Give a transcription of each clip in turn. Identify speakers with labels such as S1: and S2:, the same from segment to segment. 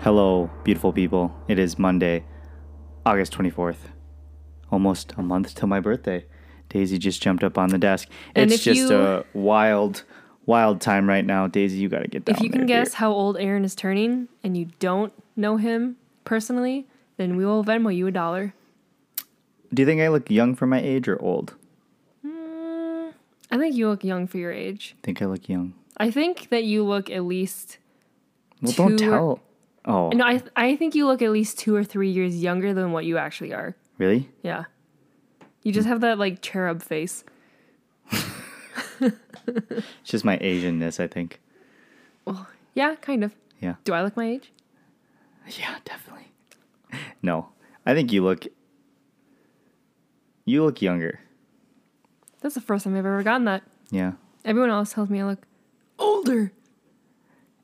S1: Hello, beautiful people. It is Monday, August 24th. Almost a month till my birthday. Daisy just jumped up on the desk.
S2: And
S1: it's
S2: if
S1: just
S2: you-
S1: a wild, wild time right now. Daisy, you got to get down
S2: If you can
S1: there,
S2: guess
S1: dear.
S2: how old Aaron is turning and you don't know him personally, then we will Venmo you a dollar.
S1: Do you think I look young for my age or old?
S2: I think you look young for your age.
S1: I think I look young.
S2: I think that you look at least
S1: Well, don't
S2: Two-
S1: tell. Oh,
S2: no, I I think you look at least 2 or 3 years younger than what you actually are.
S1: really?
S2: Yeah. You just have that like cherub face.
S1: It's just my Asianness, I think.
S2: Yeah, kind of.
S1: Yeah.
S2: Do I look my age?
S1: Yeah, definitely. No, I think you look. You look younger.
S2: That's the first time I've ever gotten that.
S1: Yeah.
S2: Everyone else tells me I look older.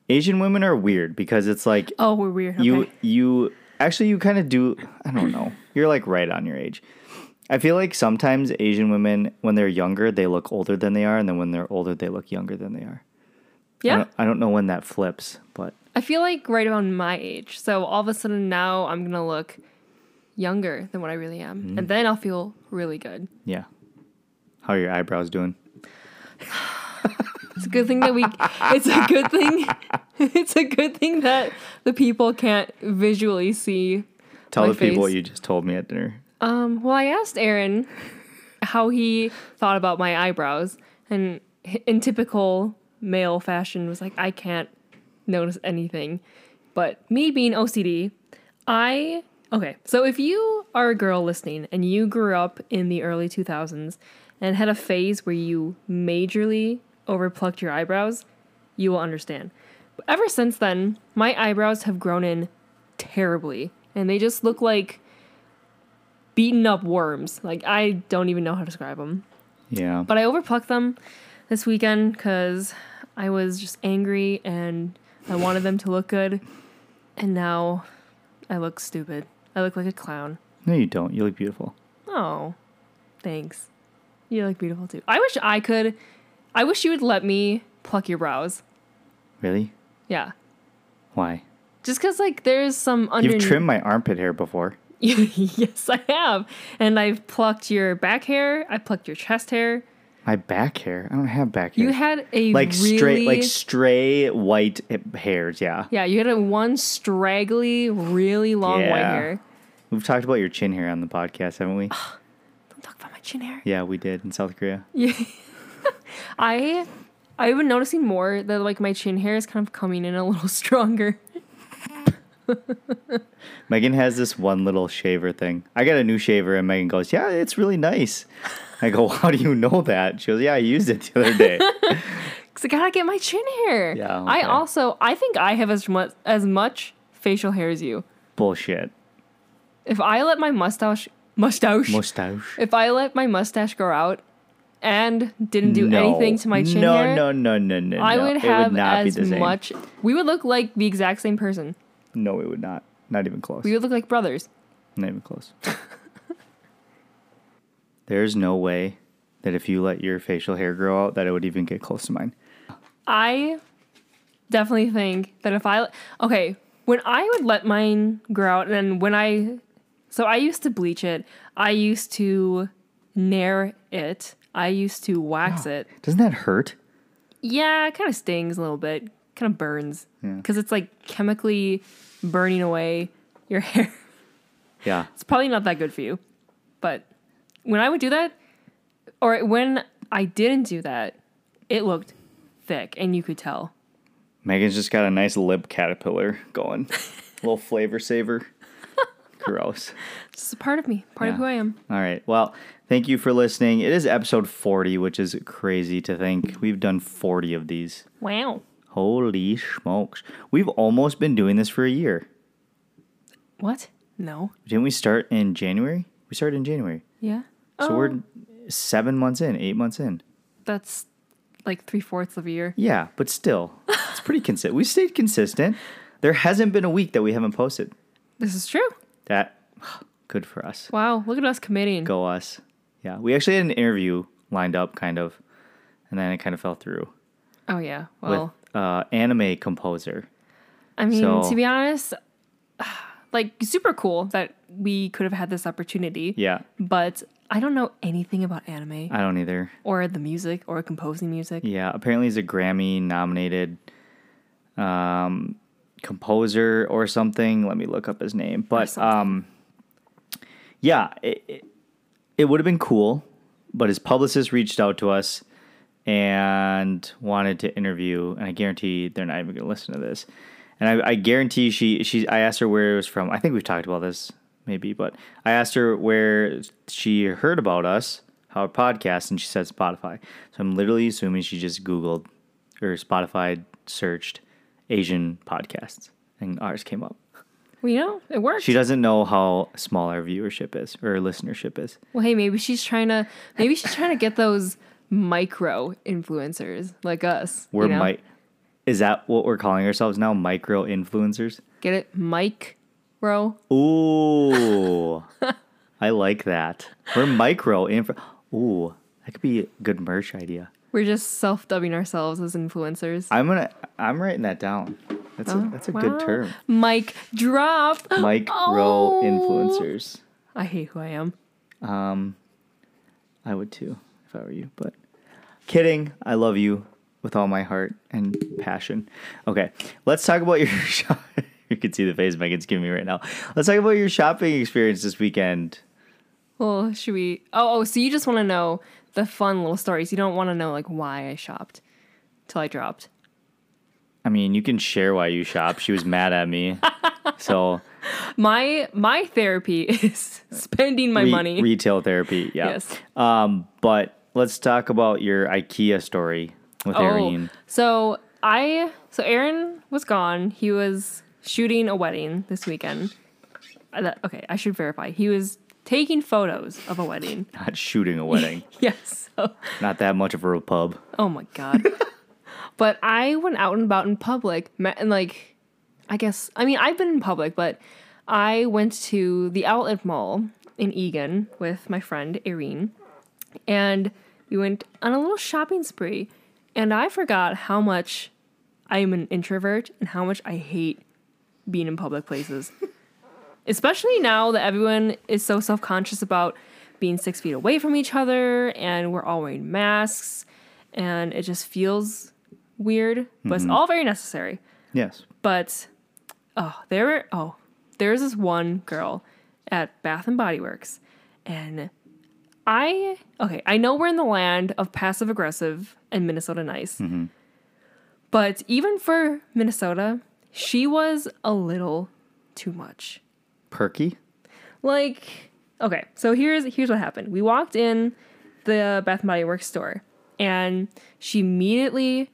S1: Asian women are weird because it's like
S2: Oh, we're weird. Okay.
S1: you you actually you kind of do I don't know. You're like right on your age. I feel like sometimes Asian women when they're younger they look older than they are and then when they're older they look younger than they are. I
S2: yeah.
S1: don't, I don't know when that flips, but
S2: I feel like right around my age. So all of a sudden now I'm going to look younger than what I really am. And then I'll feel really good.
S1: yeah. How are your eyebrows doing?
S2: It's a good thing that we it's a good thing it's a good thing that the people can't visually see.
S1: Tell
S2: My
S1: the people what
S2: face.
S1: you just told me at dinner.
S2: Um well I asked Aaron how he thought about my eyebrows and in typical male fashion was like I can't notice anything. But me being OCD, I okay. So if you are a girl listening and you grew up in the early 2000s and had a phase where you majorly overplucked your eyebrows, you will understand. But ever since then, my eyebrows have grown in terribly and they just look like beaten up worms. Like I don't even know how to describe them.
S1: Yeah.
S2: But I overplucked them this weekend because I was just angry and I wanted them to look good. And now I look stupid. I look like a clown.
S1: No you don't. You look beautiful.
S2: Oh, thanks. You look beautiful too. I wish I could. I wish you would let me pluck your brows.
S1: Really?
S2: Yeah.
S1: Why?
S2: Just because, like, there's some
S1: You've
S2: underneath.
S1: trimmed my armpit hair before.
S2: yes, I have. And I've plucked your back hair. I plucked your chest hair.
S1: My back hair. I don't have back hair.
S2: You had a
S1: like
S2: really,
S1: straight like stray white hairs, yeah.
S2: Yeah, you had a one straggly, really long white
S1: Yeah.
S2: hair.
S1: We've talked about your chin hair on the podcast, haven't we?
S2: Don't talk about my chin hair.
S1: yeah, we did in South Korea.
S2: I I've been noticing more that like my chin hair is kind of coming in a little stronger.
S1: Megan has this one little shaver thing. I got a new shaver, and Megan goes, "Yeah, it's really nice." I go, "How do you know that?" She goes, "Yeah, I used it the other day."
S2: Cause I gotta get my chin hair.
S1: Yeah,
S2: I
S1: okay.
S2: also I think I have as much as much facial hair as you.
S1: Bullshit.
S2: If I let my mustache mustache
S1: Mustache.
S2: if I let my mustache grow out and didn't do
S1: no.
S2: anything to my chin
S1: no,
S2: hair,
S1: No, no, no, no, no.
S2: I would have
S1: it would not
S2: as
S1: be the same.
S2: much. We would look like the exact same person.
S1: No, it would not. Not even close.
S2: We would look like brothers.
S1: Not even close. There's no way that if you let your facial hair grow out, that it would even get close to mine.
S2: I definitely think that if I okay, when I would let mine grow out, and then when I so I used to bleach it, I used to nair it, I used to wax it.
S1: Doesn't that hurt?
S2: Yeah, it kind of stings a little bit, kind of burns because it's like chemically burning away your hair.
S1: Yeah.
S2: It's probably not that good for you, but when I would do that, or when I didn't do that, it looked thick and you could tell.
S1: Megan's just got a nice lip caterpillar going. little flavor saver. Gross.
S2: It's a part of me, part of
S1: Yeah.
S2: who I am.
S1: All right. Well, thank you for listening. It is episode 40, which is crazy to think. We've done 40 of these.
S2: Wow.
S1: Holy smokes. We've almost been doing this for a year.
S2: What? No.
S1: Didn't we start in January? We started in January.
S2: Yeah.
S1: So we're seven months in, eight months in.
S2: That's like three fourths of a year.
S1: Yeah, but still, it's pretty consistent. We stayed consistent. There hasn't been a week that we haven't posted.
S2: This is true.
S1: That, good for us.
S2: Wow. Look at us committing.
S1: go us. Yeah, we actually had an interview lined up, kind of, and then it kind of fell through
S2: Oh, yeah. Well,
S1: with uh, anime composer
S2: I mean,
S1: So-
S2: to be honest, like super cool that we could have had this opportunity.
S1: Yeah,
S2: But I don't know anything about anime
S1: I don't either.
S2: or the music or composing music.
S1: Yeah, apparently he's a Grammy nominated um, composer or something. Let me look up his name. But
S2: something.
S1: um, yeah, it, it, it would have been cool, but his publicist reached out to us and wanted to interview, and I guarantee they're not even going to listen to this. And I, I guarantee she she I asked her where it was from. I think we've talked about this maybe, but I asked her where she heard about us, our podcast, and she said Spotify. So I'm literally assuming she just Googled or Spotify searched Asian podcasts, and ours came up.
S2: Well, you know, it worked.
S1: She doesn't know how small our viewership is or listenership is.
S2: well, hey, maybe she's trying to maybe she's trying to get those micro influencers like us. you
S1: We're
S2: know?
S1: mi- Is that what we're calling ourselves now? Micro influencers.
S2: get it, Mike, bro.
S1: Ooh, I like that. We're micro info. Ooh, that could be a good merch idea.
S2: We're just self dubbing ourselves as influencers.
S1: I'm gonna. I'm writing that down. That's a that's a
S2: Oh, Wow.
S1: good term.
S2: Mike drop.
S1: Micro
S2: Oh.
S1: influencers.
S2: I hate who I am.
S1: I would too if I were you, but kidding. I love you with all my heart and passion. Okay, let's talk about your shop. you can see the face Megan's giving me right now. Let's talk about your shopping experience this weekend.
S2: Well, should we? Oh, oh. So you just want to know the fun little stories. You don't want to know like why I shopped till I dropped.
S1: I mean, you can share why you shop. She was mad at me. So
S2: My my therapy is spending my
S1: re-
S2: money.
S1: retail therapy. Yeah.
S2: yes.
S1: Um, but let's talk about your IKEA story with
S2: Oh.
S1: Irene.
S2: So I so Aaron was gone. He was shooting a wedding this weekend. I- that- okay, I should verify. He was taking photos of a wedding.
S1: Not shooting a wedding.
S2: yes. So-
S1: Not that much of a pub.
S2: Oh my god. but I went out and about in public met, and like I guess I mean I've been in public, but I went to the outlet mall in Egan with my friend Irene and we went on a little shopping spree and I forgot how much I am an introvert and how much I hate being in public places. Especially now that everyone is so self conscious about being six feet away from each other and we're all wearing masks and it just feels weird, but it's all very necessary.
S1: Yes.
S2: But oh, there were oh, there was this one girl at Bath and Body Works, and I okay, I know we're in the land of passive aggressive and Minnesota nice, but even for Minnesota, she was a little too much
S1: Perky?
S2: like okay so here's here's what happened we walked in the bath and body works store and she immediately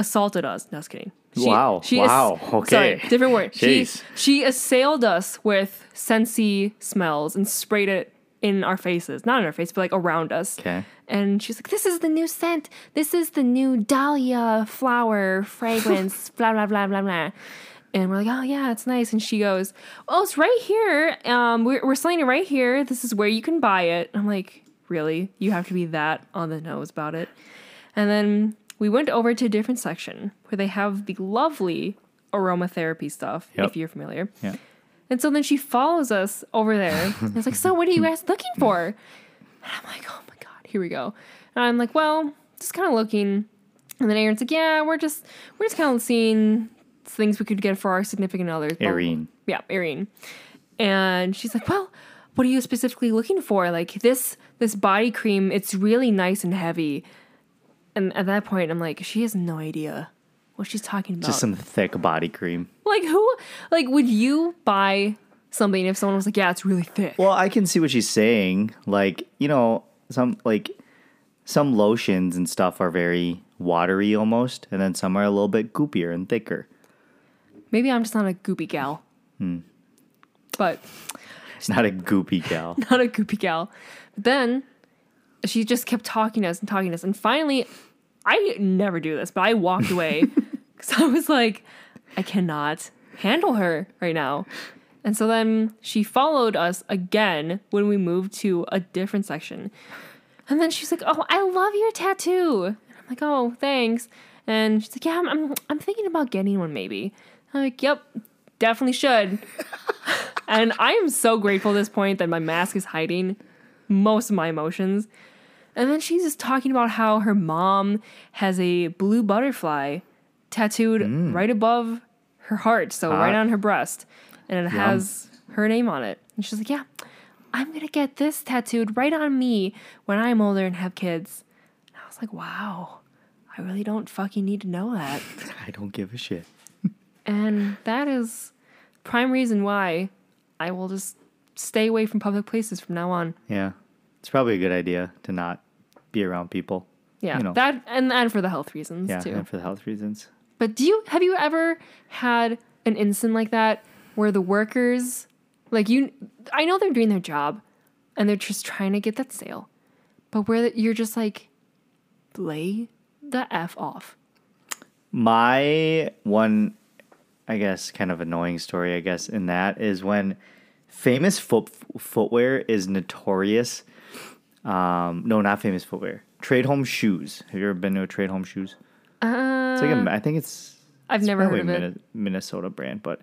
S2: assaulted us no just kidding she,
S1: Wow, wow,
S2: sorry,
S1: okay.
S2: different word she,
S1: Jeez.
S2: she assailed us with scentsy smells and sprayed it in our faces not in our face but like around us
S1: Okay.
S2: and she's like, "This is the new scent. This is the new dahlia flower fragrance. blah blah blah blah blah." And we're like, "Oh yeah, it's nice." And she goes, "Oh, it's right here. Um, we're we're selling it right here. This is where you can buy it." I'm like, "Really? You have to be that on the nose about it?" And then we went over to a different section where they have the lovely aromatherapy stuff,
S1: Yep.
S2: if you're familiar.
S1: Yeah.
S2: And so then she follows us over there. And it's like, so what are you guys looking for? And I'm like, oh my God, here we go. And I'm like, well, just kind of looking. And then Aaron's like, yeah, we're just we're just kind of seeing things we could get for our significant others. Blah, blah, blah.
S1: Irene.
S2: Yeah, Irene. And she's like, "Well, what are you specifically looking for? Like this this body cream, it's really nice and heavy." And at that point, I'm like, "She has no idea what she's talking about."
S1: Just some thick body cream.
S2: like who like would you buy something if someone was like, "Yeah, it's really thick."
S1: Well, I can see what she's saying. Like, you know, some like some lotions and stuff are very watery almost, and then some are a little bit goopier and thicker.
S2: Maybe I'm just not a goopy gal.
S1: Hmm.
S2: But
S1: It's not a goopy gal.
S2: not a goopy gal. But then she just kept talking to us and talking to us. And finally, I never do this, but I walked away because I was like, I cannot handle her right now. And so then she followed us again when we moved to a different section. And then she's like, Oh, I love your tattoo. And I'm like, Oh, thanks. And she's like, Yeah, I'm, I'm, I'm thinking about getting one maybe. I'm like, yep, definitely should. and I am so grateful at this point that my mask is hiding most of my emotions. And then she's just talking about how her mom has a blue butterfly tattooed right above her heart, so right
S1: Hot.
S2: on her breast. And it has her name on it. And she's like, yeah, I'm going to get this tattooed right on me when I'm older and have kids. And I was like, wow, I really don't fucking need to know that.
S1: I don't give a shit.
S2: And that is prime reason why I will just stay away from public places from now on.
S1: Yeah. It's probably a good idea to not be around people.
S2: Yeah.
S1: You know.
S2: That and and for the health reasons
S1: Yeah.
S2: too.
S1: And for the health reasons.
S2: But do you have you ever had an incident like that where the workers like you I know they're doing their job and they're just trying to get that sale. But where you're just like lay the f off.
S1: My one, I guess, kind of annoying story, I guess, in that is when famous foot, footwear is notorious. Um, no, not famous footwear. Trade home shoes. Have you ever been to a trade home shoes?
S2: Uh,
S1: It's like a, I think it's
S2: I've never heard
S1: probably
S2: of it.
S1: Minne- Minnesota brand, but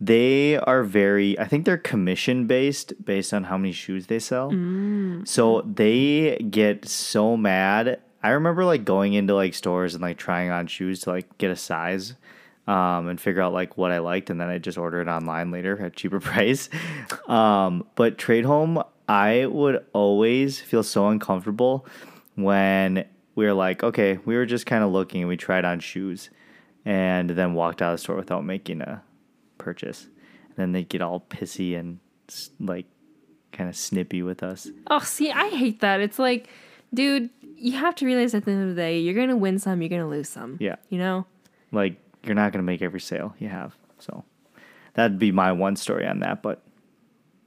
S1: they are very. I think they're commission based, based on how many shoes they sell.
S2: Mm.
S1: So they get so mad. I remember like going into like stores and like trying on shoes to like get a size. Um, and figure out like what I liked, and then I just order it online later at cheaper price. Um, but trade home, I would always feel so uncomfortable when we were like, okay, we were just kind of looking and we tried on shoes, and then walked out of the store without making a purchase. And then they get all pissy and s- like kind of snippy with us.
S2: Oh, see, I hate that. It's like, dude, you have to realize at the end of the day, you're gonna win some, you're gonna lose some.
S1: Yeah.
S2: You know?
S1: Like you're not gonna make every sale you have. So that'd be my one story on that. But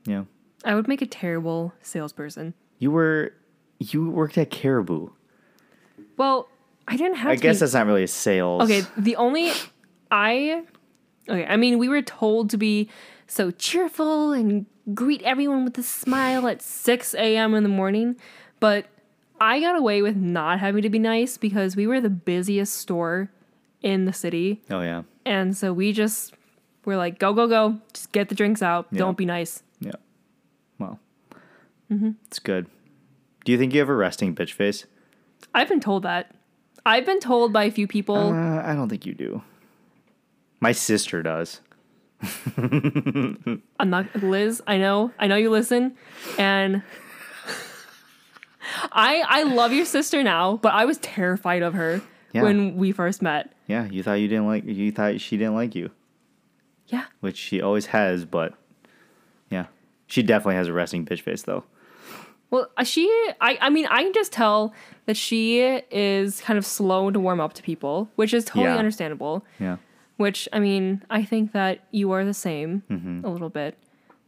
S1: you know,
S2: I would make a terrible salesperson.
S1: you were you worked at Caribou.
S2: Well, I didn't have
S1: I
S2: to
S1: guess
S2: be-
S1: that's not really a sales.
S2: Okay, the only I Okay, I mean, we were told to be so cheerful and greet everyone with a smile at 6 a.m. in the morning, but I got away with not having to be nice because we were the busiest store in the city.
S1: Oh yeah.
S2: And so we just were like, go, go, go. Just get the drinks out.
S1: Yeah.
S2: Don't be nice.
S1: Yeah. Well. It's good. Do you think you have a resting bitch face?
S2: I've been told that. I've been told by a few people.
S1: Uh, I don't think you do. My sister does.
S2: I'm not Liz. I know. I know you listen, and I I love your sister now, but I was terrified of her
S1: Yeah.
S2: when we first met.
S1: Yeah, you thought you didn't like you thought she didn't like you,
S2: Yeah.
S1: which she always has, but yeah. She definitely has a resting bitch face though.
S2: Well, uh, she. I. I mean, I can just tell that she is kind of slow to warm up to people, which is totally
S1: Yeah.
S2: understandable.
S1: Yeah.
S2: Which I mean, I think that you are the same a little bit,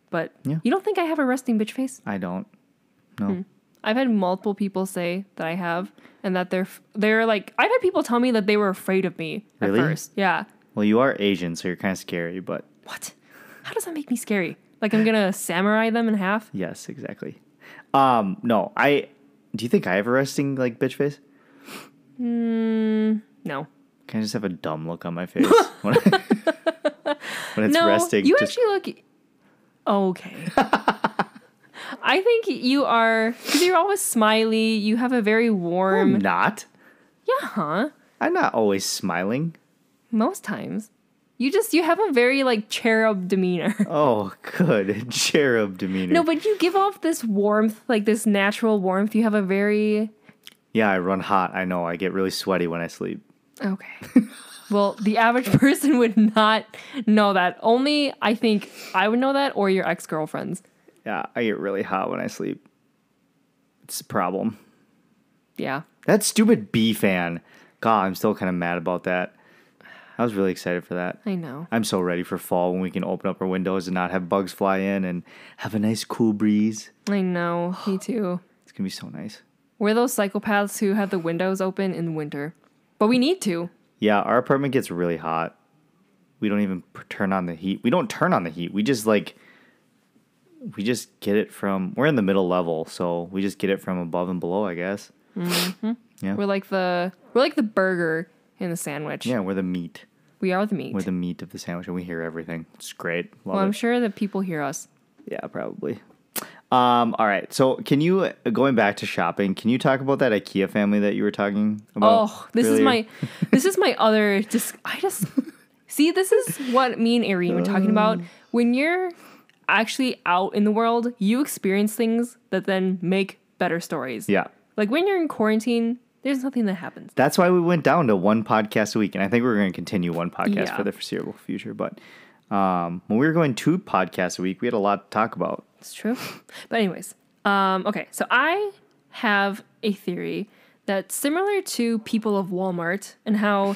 S2: but
S1: Mm-hmm. Yeah.
S2: you don't think I have a resting bitch face?
S1: I don't. No.
S2: I've had multiple people say that I have, and that they're they're like I've had people tell me that they were afraid of me
S1: Really?
S2: at first. Yeah.
S1: Well, you are Asian, so you're kind of scary, but
S2: What? How does that make me scary? Like I'm gonna samurai them in half?
S1: yes, exactly. Um, no, I do you think I have a resting like bitch face?
S2: No.
S1: Can I just have a dumb look on my face when, I, when it's
S2: no.
S1: resting?
S2: you
S1: just-
S2: actually look okay. I think you are. Cause you're always smiley. You have a very
S1: I'm
S2: warm.
S1: not.
S2: Yeah. Huh.
S1: I'm not always smiling.
S2: Most times, you just you have a very like cherub demeanor.
S1: Oh, good cherub demeanor.
S2: No, but you give off this warmth, like this natural warmth. You have a very
S1: yeah, I run hot. I know. I get really sweaty when I sleep.
S2: Okay. well, the average person would not know that. Only I think I would know that or your ex girlfriends.
S1: Yeah, I get really hot when I sleep. It's a problem.
S2: Yeah.
S1: That stupid B fan. God, I'm still kind of mad about that. I was really excited for that.
S2: I know.
S1: I'm so ready for fall when we can open up our windows and not have bugs fly in and have a nice cool breeze.
S2: I know. Me too.
S1: It's gonna be so nice.
S2: We're those psychopaths who have the windows open in winter. But we need to.
S1: Yeah, our apartment gets really hot. We don't even p- turn on the heat. We don't turn on the heat. We just like we just get it from we're in the middle level, so we just get it from above and below, I guess.
S2: We're like the we're like the burger in the sandwich.
S1: Yeah, we're the meat.
S2: We are the meat.
S1: We're the meat of the sandwich, and we hear everything. It's great. Love
S2: well, I'm
S1: it.
S2: sure that people hear us.
S1: Yeah, probably. Um, all right. So, can you uh, going back to shopping? Can you talk about that IKEA family that you were talking about?
S2: Oh, this is
S1: earlier?
S2: my this is my other just I just see this is what me and Irene were talking about. When you're actually out in the world, you experience things that then make better stories.
S1: Yeah,
S2: Like when you're in quarantine, there's nothing that happens.
S1: that's why we went down to one podcast a week, and I think we're going to continue one podcast
S2: Yeah.
S1: for the foreseeable future. But um, when we were going two podcasts a week, we had a lot to talk about.
S2: It's true. But anyways, um, okay, so I have a theory that's similar to people of Walmart and how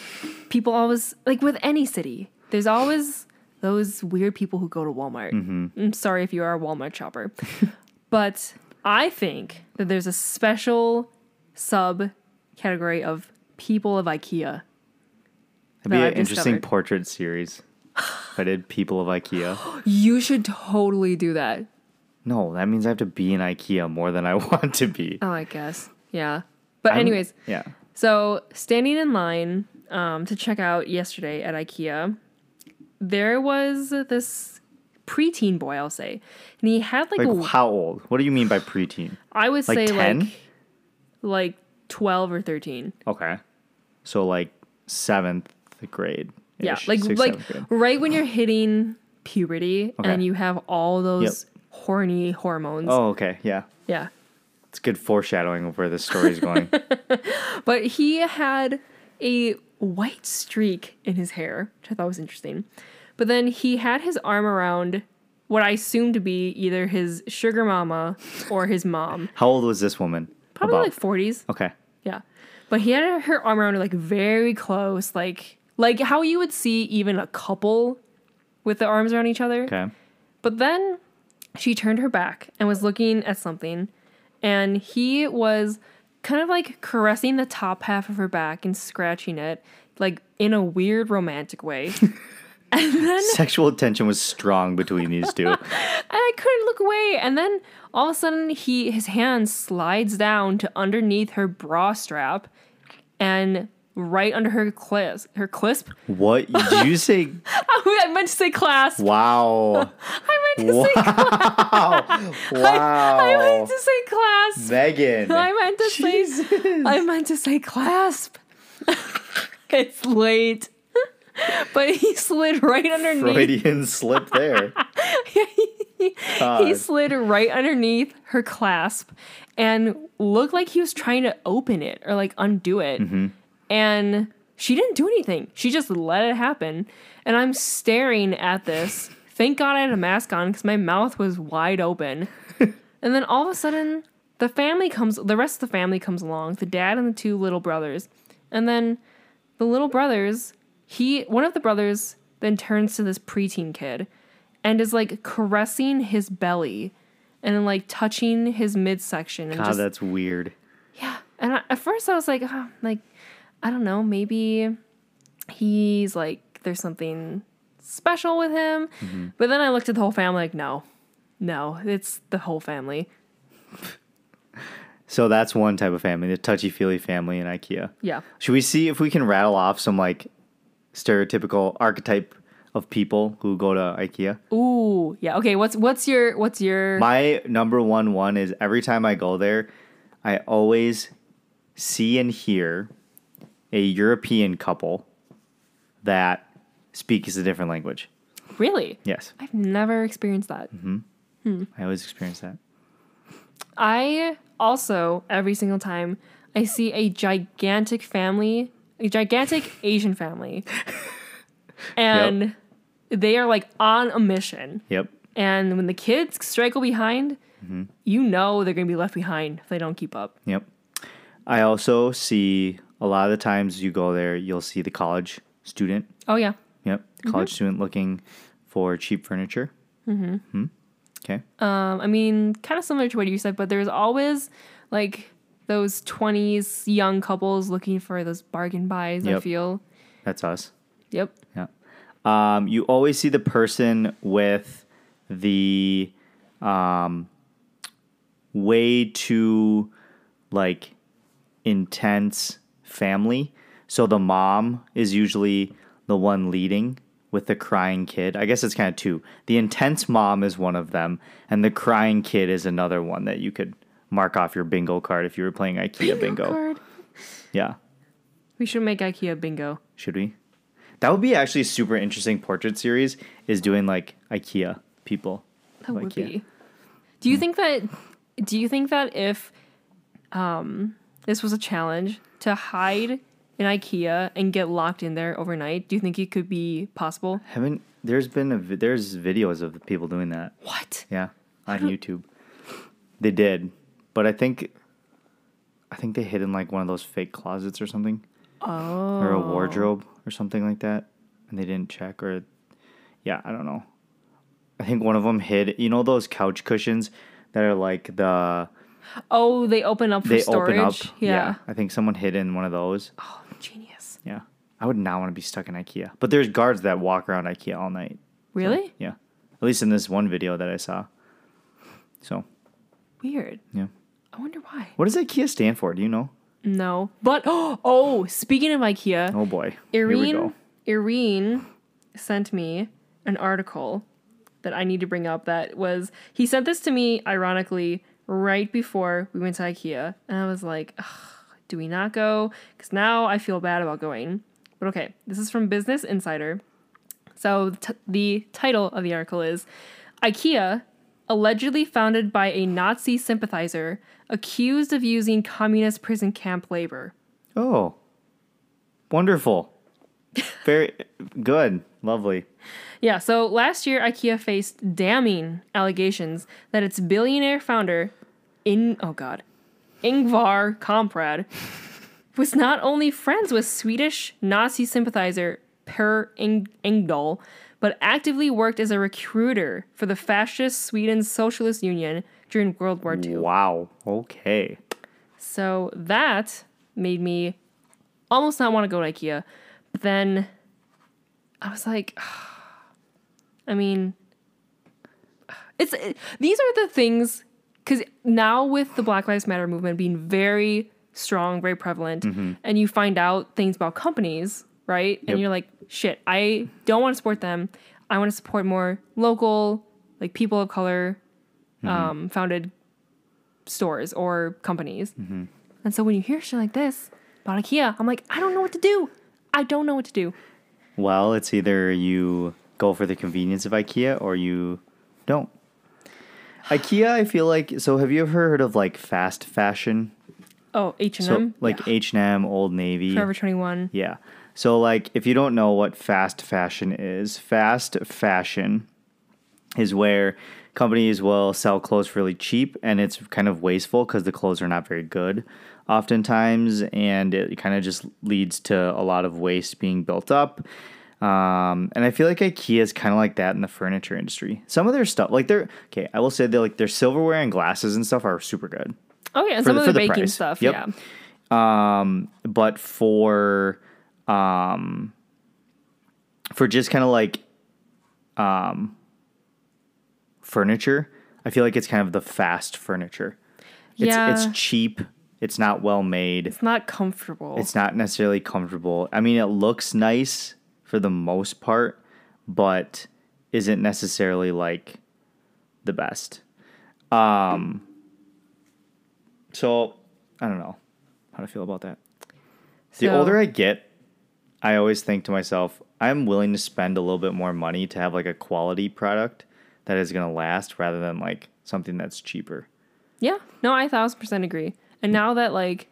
S2: people always like with any city, there's always those weird people who go to Walmart. I'm sorry if you are a Walmart shopper, but I think that there's a special sub category of people of IKEA.
S1: It'd be
S2: That
S1: an
S2: I've
S1: interesting
S2: discovered.
S1: portrait series. If I did people of IKEA.
S2: You should totally do that.
S1: No, that means I have to be in IKEA more than I want to be.
S2: Oh, I guess. Yeah. But
S1: I'm-
S2: anyways,
S1: yeah,
S2: So, standing in line um, to check out yesterday at IKEA, there was this preteen boy, I'll say. And he had like,
S1: like
S2: a,
S1: how old? What do you mean by preteen?
S2: I would
S1: like
S2: say
S1: 10?
S2: like like 12 or 13.
S1: Okay. So like seventh grade.
S2: Yeah, like like right when you're hitting puberty
S1: Okay.
S2: and you have all those horny hormones.
S1: Oh, okay. Yeah.
S2: Yeah.
S1: It's good foreshadowing of where this story's going.
S2: But he had a white streak in his hair, which I thought was interesting. But then he had his arm around what I assume to be either his sugar mama or his mom.
S1: How old was this woman?
S2: Probably
S1: About-
S2: like 40s.
S1: okay.
S2: Yeah. But he had her arm around her like very close, like like how you would see even a couple with the arms around each other.
S1: Okay.
S2: But then she turned her back and was looking at something, and he was kind of like caressing the top half of her back and scratching it, like in a weird romantic way. and then
S1: Sexual tension was strong between these two.
S2: I couldn't look away. And then all of a sudden, he his hand slides down to underneath her bra strap, and right under her clisp. Her clisp.
S1: what did you say?
S2: I meant to say clasp.
S1: Wow.
S2: I meant to say. I
S1: Wow.
S2: meant to say clasp.
S1: Megan.
S2: I meant to say I meant to say clasp. it's late. but he slid right underneath
S1: Freudian slip there.
S2: he
S1: God.
S2: slid right underneath her clasp and looked like he was trying to open it or like undo it. And she didn't do anything. She just let it happen. And I'm staring at this. Thank God I had a mask on because my mouth was wide open. and then all of a sudden, the family comes, the rest of the family comes along, the dad and the two little brothers. And then the little brothers, he, one of the brothers then turns to this preteen kid and is like caressing his belly and like touching his midsection and
S1: God,
S2: just
S1: that's weird.
S2: yeah. And I, at first I was like, oh, like, I don't know, maybe he's like, there's something special with him. But then I looked at the whole family, like, no, no, it's the whole family.
S1: So that's one type of family, the touchy feely family in IKEA.
S2: Yeah.
S1: Should we see if we can rattle off some like stereotypical archetype of people who go to IKEA?
S2: Ooh, yeah. Okay. What's what's your what's your
S1: My number one one is every time I go there, I always see and hear a European couple that speaks a different language.
S2: really?
S1: Yes,
S2: I've never experienced that.
S1: I always experience that.
S2: I also every single time I see a gigantic family, a gigantic Asian family, and they are like on a mission.
S1: Yep.
S2: And when the kids straggle behind,
S1: Mm-hmm.
S2: you know they're going to be left behind if they don't keep up.
S1: Yep. I also see a lot of the times you go there, you'll see the college student.
S2: Oh, yeah.
S1: Yep. The college student looking for cheap furniture. Mm-hmm. Okay.
S2: Um, I mean, kind of similar to what you said, but there's always like those 20s young couples looking for those bargain buys, I
S1: Yep.
S2: feel.
S1: That's us.
S2: Yep.
S1: Yeah. Um, you always see the person with the um, way too like intense family. So the mom is usually the one leading with the crying kid. I guess it's kind of two. The intense mom is one of them, and the crying kid is another one that you could mark off your bingo card if you were playing IKEA bingo.
S2: Card.
S1: Yeah.
S2: We should make IKEA bingo.
S1: Should we? That would be actually a super interesting portrait series is doing like IKEA people.
S2: That
S1: Like, Hmm.
S2: would
S1: yeah.
S2: be. Do you think that? Do you think that if, um, this was a challenge to hide in IKEA and get locked in there overnight, do you think it could be possible?
S1: Haven't there's been a vi- there's videos of the people doing that.
S2: What?
S1: Yeah, on YouTube. They did, but I think I think they hid in like one of those fake closets or something,
S2: Oh.
S1: or a wardrobe or something like that, and they didn't check or yeah, I don't know. I think one of them hid, you know those couch cushions that are like the
S2: Oh, they open up for
S1: they
S2: storage.
S1: open up.
S2: yeah.
S1: I think someone hid in one of those.
S2: Oh, genius.
S1: Yeah. I would not want to be stuck in IKEA. But there's guards that walk around IKEA all night.
S2: Really?
S1: Yeah. At least in this one video that I saw. So,
S2: Weird.
S1: yeah.
S2: I wonder why.
S1: What does IKEA stand for? Do you know?
S2: No. But oh, speaking of IKEA,
S1: Oh boy. Here we
S2: Irene
S1: go.
S2: Irene sent me an article that I need to bring up that was he sent this to me ironically right before we went to IKEA and I was like "Ugh, do we not go cuz now I feel bad about going but okay this is from Business Insider so t- the title of the article is IKEA allegedly founded by a Nazi sympathizer accused of using communist prison camp labor
S1: Oh. Wonderful. Very good. Lovely.
S2: Yeah, so last year IKEA faced damning allegations that its billionaire founder, in oh god, Ingvar Kamprad, was not only friends with Swedish Nazi sympathizer Per Eng- Engdahl, but actively worked as a recruiter for the fascist Sweden's Socialist Union during World War II.
S1: Wow. Okay.
S2: So that made me almost not want to go to IKEA. But then I was like, I mean, it's it- these are the things because now with the Black Lives Matter movement being very strong, very prevalent, and you find out things about companies, right?
S1: Yep.
S2: And you're like, shit, I don't want to support them. I want to support more local, like people of color, um, founded stores or companies. And so when you hear shit like this about IKEA, I'm like, I don't know what to do. I don't know what to do.
S1: Well, it's either you go for the convenience of IKEA or you don't. IKEA, I feel like so have you ever heard of like fast fashion?
S2: Oh, H and
S1: So
S2: M,
S1: like H&M, Old Navy.
S2: Forever Twenty One.
S1: Yeah. So, like, if you don't know what fast fashion is, fast fashion is where companies will sell clothes really cheap and it's kind of wasteful because the clothes are not very good oftentimes and it kind of just leads to a lot of waste being built up um, and i feel like ikea is kind of like that in the furniture industry some of their stuff like their okay i will say they like their silverware and glasses and stuff are super good
S2: Oh yeah, and some
S1: the-
S2: of
S1: for
S2: the
S1: the
S2: baking
S1: price.
S2: stuff.
S1: Yep.
S2: Yeah,
S1: um, but for um, for just kind of like um, furniture, I feel like it's kind of the fast furniture. It's,
S2: Yeah.
S1: it's cheap. It's not well made.
S2: it's not comfortable.
S1: It's not necessarily comfortable. I mean, it looks nice for the most part, but isn't necessarily like the best. Um, so I don't know how to feel about that. The
S2: So-
S1: older I get, I always think to myself, I'm willing to spend a little bit more money to have like a quality product that is going to last rather than like something that's cheaper.
S2: yeah, no, I thousand percent agree. And now that like,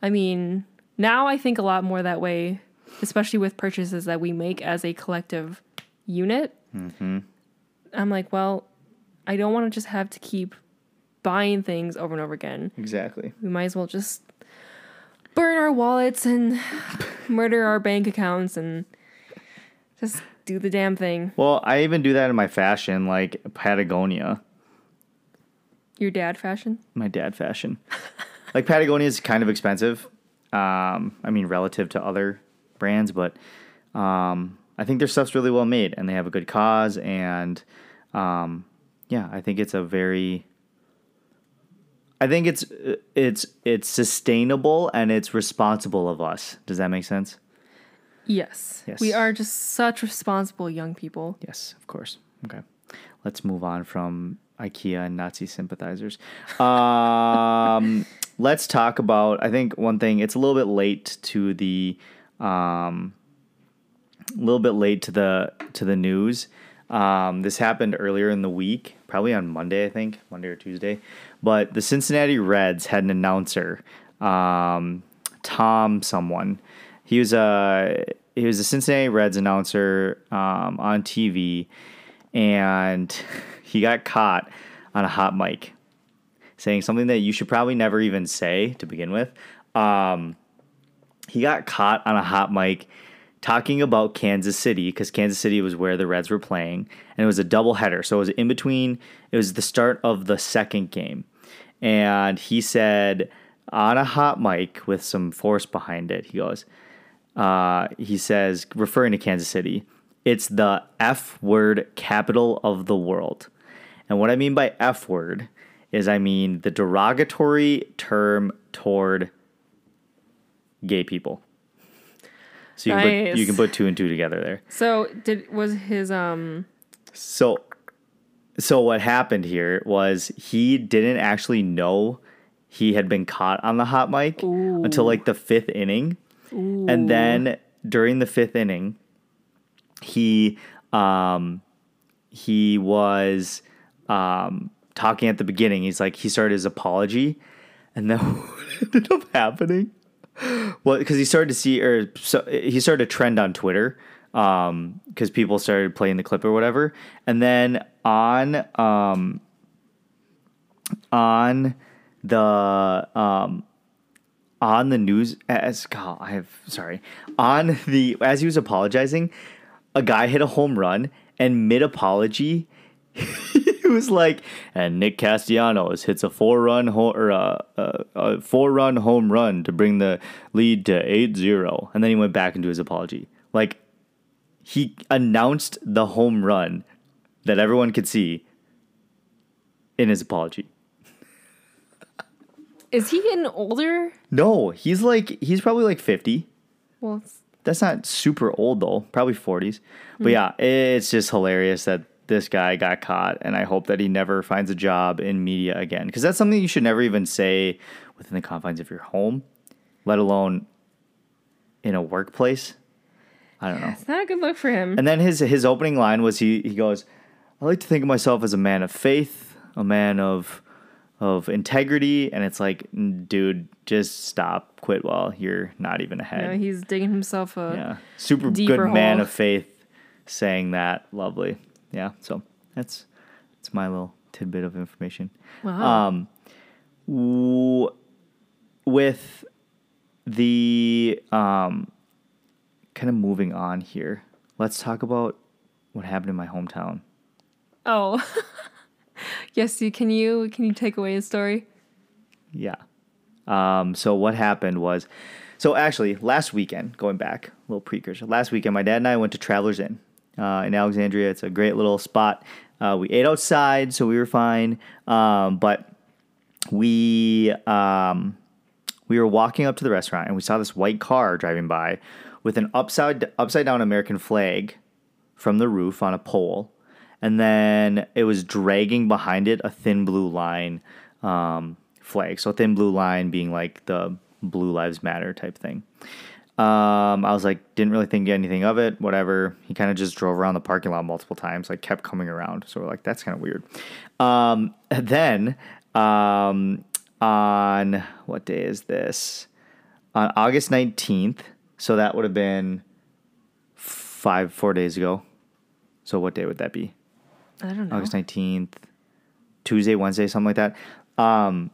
S2: I mean, now I think a lot more that way, especially with purchases that we make as a collective unit.
S1: Mm-hmm.
S2: I'm like, well, I don't want to just have to keep buying things over and over again.
S1: Exactly.
S2: we might as well just burn our wallets and murder our bank accounts and just do the damn thing.
S1: Well, I even do that in my fashion, like Patagonia.
S2: Your dad fashion?
S1: my dad fashion. like Patagonia is kind of expensive. Um, I mean, relative to other brands, but um, I think their stuff's really well made and they have a good cause. And um, yeah, I think it's a very, I think it's it's it's sustainable and it's responsible of us. Does that make sense?
S2: Yes.
S1: Yes.
S2: We are just such responsible young people.
S1: Yes, of course. Okay. Let's move on from IKEA and Nazi sympathizers. Um, let's talk about, I think, one thing. It's a little bit late to the. Um, a little bit late to the to the news. Um, this happened earlier in the week, probably on Monday, I think, Monday or Tuesday. But the Cincinnati Reds had an announcer, um, Tom someone. He was a he was a Cincinnati Reds announcer um, on TV, and he got caught on a hot mic saying something that you should probably never even say to begin with. Um, he got caught on a hot mic talking about Kansas City because Kansas City was where the Reds were playing, and it was a doubleheader. So it was in between. It was the start of the second game, and he said on a hot mic with some force behind it. He goes, uh, he says, referring to Kansas City, it's the F word capital of the world. And what I mean by F word is I mean the derogatory term toward gay people. So you can, put, you
S2: Nice.
S1: can put two and two together there.
S2: So did was his um
S1: So, so what happened here was he didn't actually know he had been caught on the hot mic until like the fifth inning, and then during the fifth inning, he um, he was um, talking at the beginning. He's like he started his apology, and then what ended up happening well, because he started to see, or so, he started a trend on Twitter, because people started playing the clip or whatever, and then on um, on the um, on the news as God, I have sorry on the as he was apologizing, a guy hit a home run, and mid apology, he was like, and Nick Castellanos hits a four run ho- or a, a, a four run home run to bring the lead to 8-0. and then he went back into his apology. Like he announced the home run that everyone could see in his apology.
S2: is he getting older?
S1: No, he's like he's probably like fifty.
S2: Well, it's-
S1: That's not super old though, probably forties. But yeah, it's just hilarious that this guy got caught, and I hope that he never finds a job in media again because that's something you should never even say within the confines of your home, let alone in a workplace. I don't know.
S2: it's not a good look for him.
S1: And then his his opening line was he he goes, I like to think of myself as a man of faith, a man of of integrity, and it's like, "Mm, dude, just stop, quit while you're not even
S2: You know,
S1: ahead.
S2: he's digging himself a
S1: yeah, super
S2: deeper
S1: good man
S2: hole.
S1: of faith, saying that, lovely. Yeah, so that's that's my little tidbit of information. Uh, Um,
S2: wow.
S1: W- with the um, kind of moving on here, let's talk about what happened in my hometown.
S2: oh. yes, you can you can you take away his story?
S1: Yeah. Um, so what happened was, so actually last weekend, going back a little precursor, last weekend my dad and I went to Travelers Inn uh, in Alexandria. It's a great little spot. Uh, we ate outside, so we were fine. Um, but we um, we were walking up to the restaurant and we saw this white car driving by with an upside upside down American flag from the roof on a pole, and then it was dragging behind it a thin blue line um, flag. So a thin blue line being like the Blue Lives Matter type thing. Um, I was like, didn't really think anything of it, whatever. He kind of just drove around the parking lot multiple times, like kept coming around. So we're like, that's kind of weird. Um, and then um, on what day is this? On August 19th. So that would have been five, four days ago. So what day would that be?
S2: I don't know.
S1: August 19th, Tuesday, Wednesday, something like that. Um,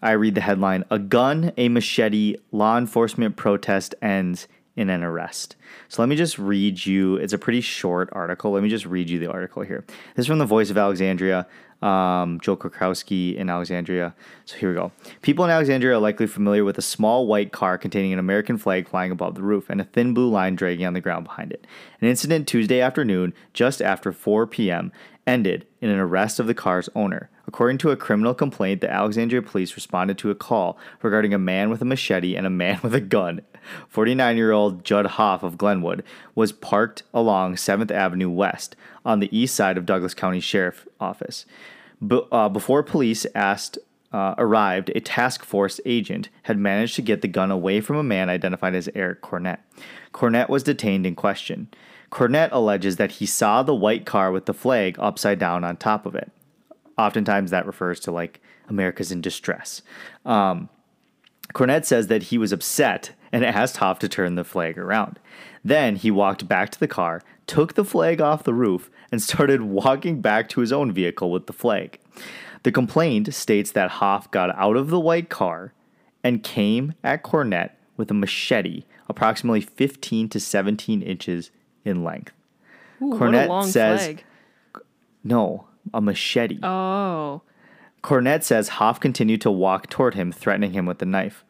S1: I read the headline A gun, a machete, law enforcement protest ends in an arrest. So let me just read you. It's a pretty short article. Let me just read you the article here. This is from the Voice of Alexandria, um, Joe Krakowski in Alexandria. So here we go. People in Alexandria are likely familiar with a small white car containing an American flag flying above the roof and a thin blue line dragging on the ground behind it. An incident Tuesday afternoon, just after 4 p.m., ended in an arrest of the car's owner. According to a criminal complaint, the Alexandria police responded to a call regarding a man with a machete and a man with a gun. 49 year old Judd Hoff of Glenwood was parked along 7th Avenue West on the east side of Douglas County Sheriff's Office. Be- uh, before police asked uh, arrived, a task force agent had managed to get the gun away from a man identified as Eric Cornett. Cornett was detained and questioned. Cornett alleges that he saw the white car with the flag upside down on top of it. Oftentimes, that refers to like America's in distress. Um, Cornett says that he was upset and asked Hoff to turn the flag around. Then he walked back to the car, took the flag off the roof, and started walking back to his own vehicle with the flag. The complaint states that Hoff got out of the white car and came at Cornett with a machete, approximately 15 to 17 inches in length.
S2: Ooh, what a
S1: Cornette
S2: long
S1: says-
S2: flag.
S1: No, a machete.
S2: Oh,
S1: Cornett says Hoff continued to walk toward him, threatening him with a knife.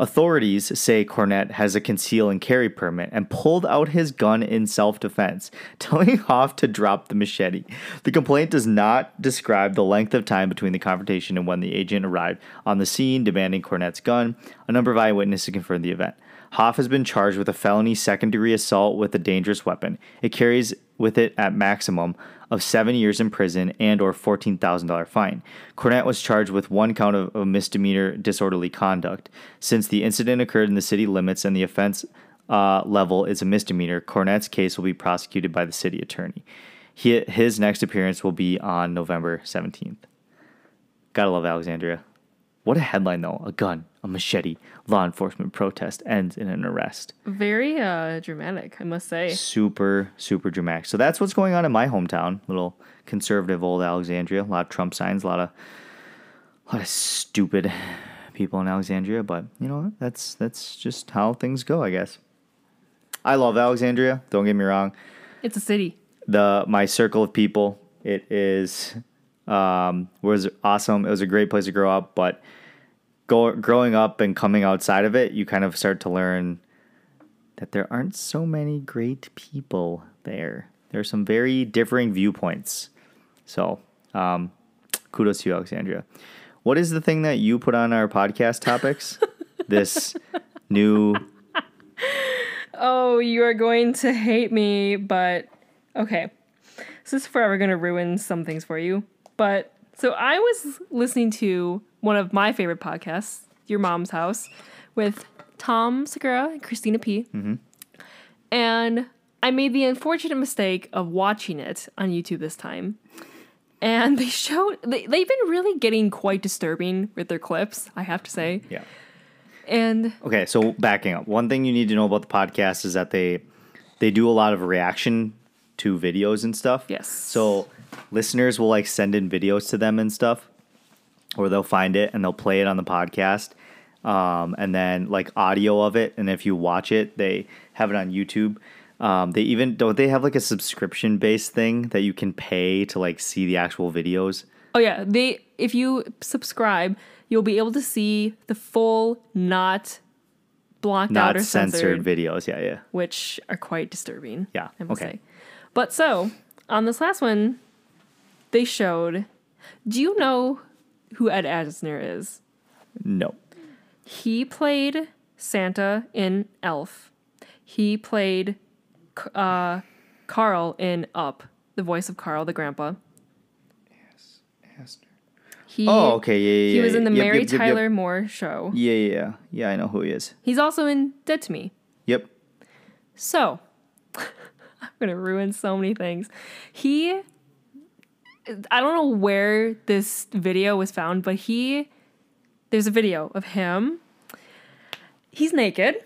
S1: Authorities say Cornett has a conceal and carry permit and pulled out his gun in self defense, telling Hoff to drop the machete. The complaint does not describe the length of time between the confrontation and when the agent arrived on the scene demanding Cornett's gun. A number of eyewitnesses confirmed the event. Hoff has been charged with a felony second degree assault with a dangerous weapon. It carries with it at maximum of seven years in prison and or $14,000 fine. Cornett was charged with one count of, of misdemeanor disorderly conduct. Since the incident occurred in the city limits and the offense uh, level is a misdemeanor, Cornett's case will be prosecuted by the city attorney. He, his next appearance will be on November 17th. Gotta love Alexandria. What a headline, though. A gun, a machete, law enforcement protest ends in an arrest.
S2: very uh, dramatic, I must say.
S1: Super, super dramatic. So that's what's going on in my hometown. Little conservative old Alexandria. A lot of Trump signs, a lot of a lot of stupid people in Alexandria, but you know what? That's that's just how things go, I guess. I love Alexandria, don't get me wrong.
S2: It's a city.
S1: The my circle of people, it is um was awesome. It was a great place to grow up, but go, growing up and coming outside of it, you kind of start to learn that there aren't so many great people there. There are some very differing viewpoints. So, um, kudos to you, Alexandria. What is the thing that you put on our podcast topics? this new.
S2: Oh, you are going to hate me, but okay. This is forever going to ruin some things for you. But so I was listening to one of my favorite podcasts, Your Mom's House, with Tom Segura and Christina P. And I made the unfortunate mistake of watching it on YouTube this time. And they showed, they, they've been really getting quite disturbing with their clips, I have to say.
S1: Yeah.
S2: And
S1: Okay, so backing up. One thing you need to know about the podcast is that they they do a lot of reaction to videos and stuff.
S2: Yes.
S1: So listeners will like send in videos to them and stuff or they'll find it and they'll play it on the podcast. Um, and then like audio of it and if you watch it, they have it on YouTube. Um, they even don't they have like a subscription based thing that you can pay to like see the actual videos.
S2: Oh yeah, they if you subscribe, you'll be able to see the full not blocked out
S1: Not
S2: or censored,
S1: censored videos. Yeah, yeah.
S2: which are quite disturbing.
S1: Yeah,
S2: I must
S1: okay.
S2: say. But so, on this last one, they showed Do you know who Ed Asner is?
S1: No.
S2: He played Santa in Elf. He played C- uh, Carl in Up, the voice of Carl the grandpa. He,
S1: Oh, okay. Yeah, yeah.
S2: He
S1: yeah,
S2: was in the
S1: yep,
S2: Mary
S1: yep, yep, yep.
S2: Tyler Moore show.
S1: Yeah, yeah, yeah. Yeah, I know who he is.
S2: He's also in Dead to Me.
S1: Yep.
S2: So, I'm going to ruin so many things. He, I don't know where this video was found, but he, there's a video of him. He's naked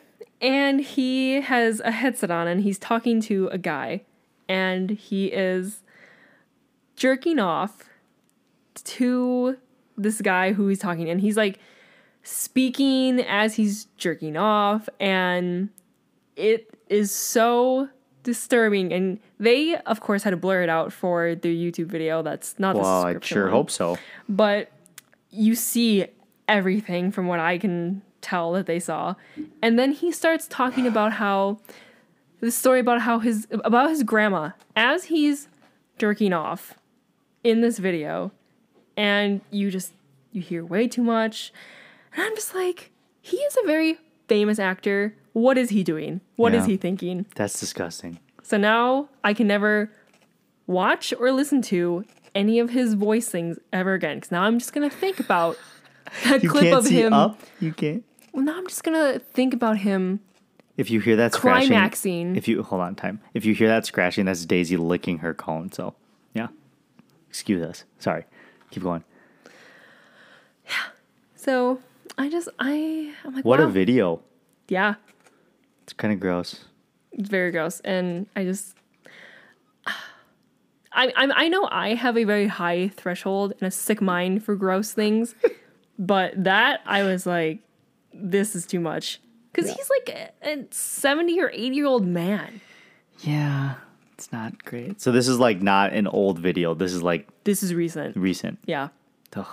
S2: and he has a headset on and he's talking to a guy and he is jerking off to this guy who he's talking and he's like speaking as he's jerking off and it is so disturbing and they of course had to blur it out for their youtube video that's not the
S1: Well, I
S2: subscription
S1: sure
S2: one.
S1: hope so.
S2: but you see everything from what I can tell that they saw. And then he starts talking about how this story about how his about his grandma as he's jerking off in this video. and you just you hear way too much. And I'm just like, he is a very famous actor. What is he doing? What is
S1: Yeah.
S2: he thinking?
S1: That's disgusting.
S2: So now I can never watch or listen to any of his voicings ever again. Because now I'm just gonna think about that
S1: You
S2: clip
S1: can't
S2: of
S1: see
S2: him.
S1: up. You can't.
S2: Well, now I'm just gonna think about him.
S1: If you hear that scratching,
S2: Climaxing.
S1: If you hold on, time. If you hear that scratching, that's Daisy licking her cone. So, yeah. Excuse us. Sorry. Keep going.
S2: So I just I I'm like
S1: What
S2: wow.
S1: a video.
S2: yeah,
S1: It's kind of gross.
S2: it's very gross, and I just. I, I, I know I have a very high threshold and a sick mind for gross things, but that I was like, this is too much. Because he's like a, a 70 or 80 year old man.
S1: Yeah, it's not great. So this is like not an old video. This is like
S2: This is recent.
S1: recent.
S2: Yeah.
S1: Ugh,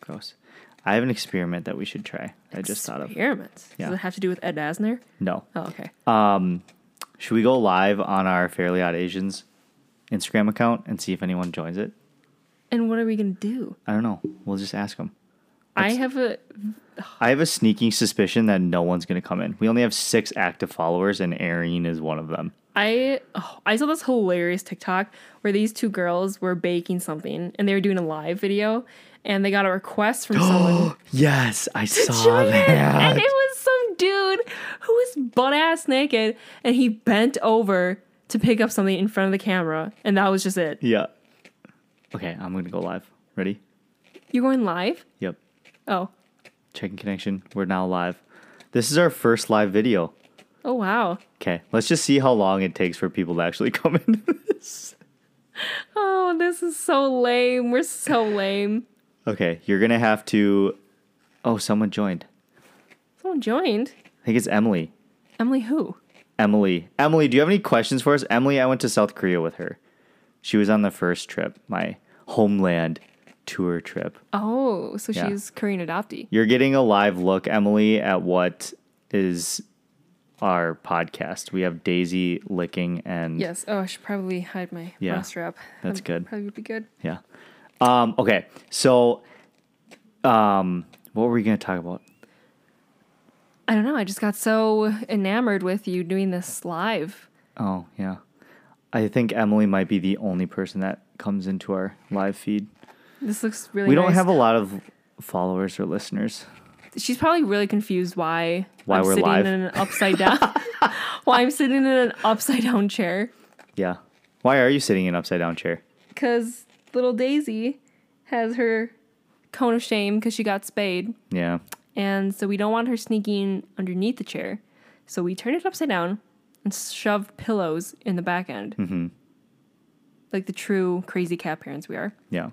S1: gross. I have an experiment that we should try. I just thought of.
S2: experiments.
S1: Yeah. Uh,
S2: Does it have to do with Ed Asner?
S1: No.
S2: Oh, okay.
S1: Should we go live on our Fairly Odd Asians Instagram account and see if anyone joins it?
S2: and what are we gonna do?
S1: I don't know. We'll just ask them.
S2: I have a
S1: I have a sneaking suspicion that no one's going to come in. We only have six active followers, and Erin is one of them.
S2: I oh, I saw this hilarious TikTok where these two girls were baking something and they were doing a live video and they got a request from someone
S1: Yes, I saw
S2: join it.
S1: that.
S2: And it was some dude who was butt ass naked and he bent over to pick up something in front of the camera and that was just it.
S1: Yeah. Okay, I'm going to go live. Ready?
S2: You're going live?
S1: Yep.
S2: Oh.
S1: Checking connection. We're now live. This is our first live video.
S2: Oh wow.
S1: Okay, let's just see how long it takes for people to actually come into this.
S2: Oh, this is so lame. We're so lame.
S1: Okay, you're going to have to. Oh, someone joined.
S2: Someone joined.
S1: I think it's Emily.
S2: Emily who?
S1: Emily. Emily, do you have any questions for us? Emily, I went to South Korea with her. She was on the first trip, my homeland tour trip.
S2: Oh, so
S1: Yeah.
S2: she's Korean adoptee.
S1: You're getting a live look, Emily, at what is our podcast. We have Daisy licking and
S2: Yes. Oh, I should probably hide my
S1: Yeah.
S2: bra strap.
S1: That's
S2: That'd
S1: good.
S2: Probably would be good.
S1: yeah. Um, okay. So um what were we gonna talk about?
S2: I don't know. I just got so enamored with you doing this live.
S1: Oh yeah. I think Emily might be the only person that comes into our live feed.
S2: This looks really.
S1: We don't
S2: nice.
S1: have a lot of followers or listeners.
S2: She's probably really confused why
S1: Why
S2: I'm
S1: we're
S2: sitting
S1: live.
S2: in an upside down. why I'm sitting in an upside down chair
S1: Yeah. Why are you sitting in an upside down chair?
S2: because little Daisy has her cone of shame because she got spayed,
S1: Yeah.
S2: and so we don't want her sneaking underneath the chair. So we turned it upside down and shoved pillows in the back end.
S1: Mm-hmm.
S2: Like the true crazy cat parents we are.
S1: Yeah.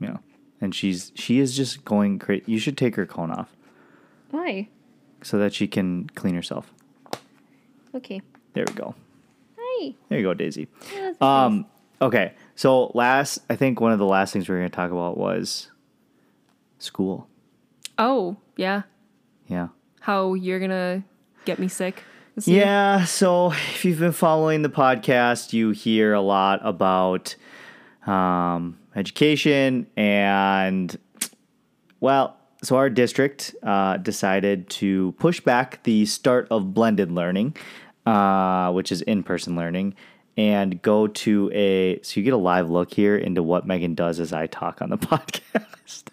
S1: Yeah. And she's she is just going crazy. You should take her cone off
S2: Why?
S1: so that she can clean herself.
S2: Okay.
S1: There we go.
S2: Hi.
S1: There you go, Daisy. Um okay. So last I think one of the last things we were going to talk about was school.
S2: oh, yeah.
S1: Yeah.
S2: How you're going to get me sick. this year?
S1: Yeah, so if you've been following the podcast, you hear a lot about um, education and, well, so our district uh, decided to push back the start of blended learning, uh, which is in person learning, and go to a. So you get a live look here into what Megan does as I talk on the podcast.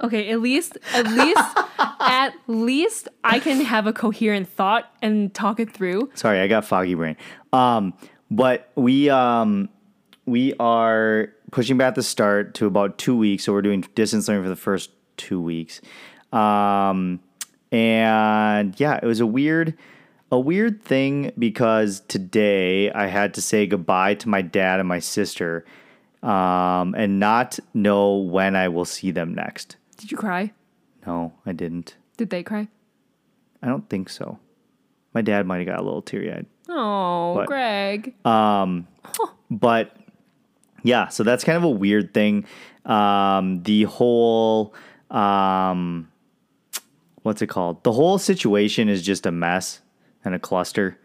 S2: Okay, at least, at least, at least I can have a coherent thought and talk it through.
S1: Sorry, I got foggy brain. Um, but we um, we are pushing back the start to about two weeks, so we're doing distance learning for the first two weeks. Um, and yeah, it was a weird, a weird thing because today I had to say goodbye to my dad and my sister, um, and not know when I will see them next.
S2: Did you cry?
S1: No, I didn't.
S2: Did they cry?
S1: I don't think so. My dad might have got a little teary eyed.
S2: Oh,
S1: What? Uh,
S2: Greg.
S1: but yeah so that's kind of a weird thing um the whole um what's it called the whole situation is just a mess and a cluster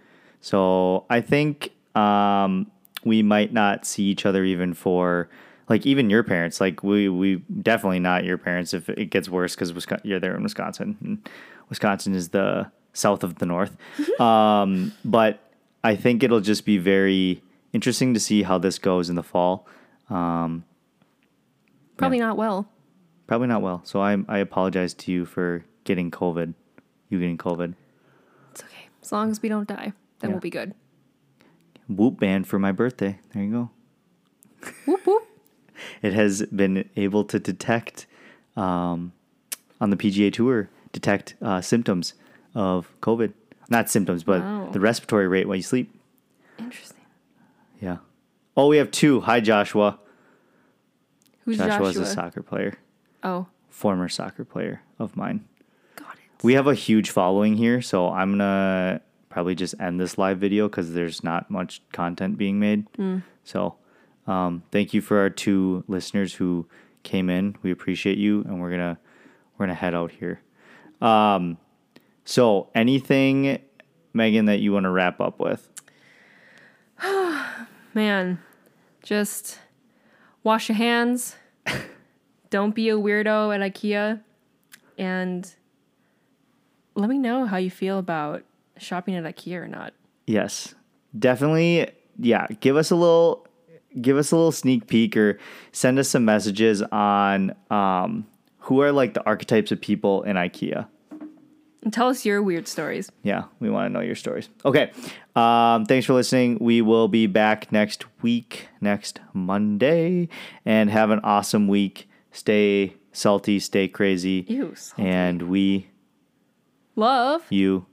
S1: so i think um we might not see each other even for like even your parents like we we definitely not your parents if it gets worse because you're there in wisconsin and wisconsin is the south of the north um, but i think it'll just be very interesting to see how this goes in the fall um,
S2: Probably not well.
S1: probably not well so i i apologize to you for getting covid you getting covid
S2: It's okay. As long as we don't die, then
S1: Yeah.
S2: we'll be good.
S1: whoop band for my birthday there you go
S2: Whoop whoop.
S1: it has been able to detect um, on the PGA Tour detect uh, symptoms of COVID. Not symptoms, but
S2: Wow.
S1: the respiratory rate while you sleep.
S2: Interesting.
S1: Yeah. Oh, we have two. Hi, Joshua.
S2: Who's Joshua?
S1: Joshua's a soccer player,
S2: oh,
S1: former soccer player of mine.
S2: got it.
S1: We have a huge following here, so I'm gonna probably just end this live video because there's not much content being made. So, um, thank you for our two listeners who came in. We appreciate you, and we're gonna we're gonna head out here. Um, so anything, Megan, that you want to wrap up with?
S2: Man, just wash your hands. don't be a weirdo at IKEA, and let me know how you feel about shopping at IKEA or not.
S1: Yes, definitely. Yeah, give us a little, give us a little sneak peek, or send us some messages on um, who are like the archetypes of people in IKEA.
S2: And tell us your weird stories.
S1: Yeah, we want to know your stories. Okay, um, thanks for listening. We will be back next week, next Monday, and have an awesome week. Stay salty, stay crazy,
S2: Ew. so-
S1: and we
S2: Love.
S1: you.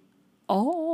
S2: all.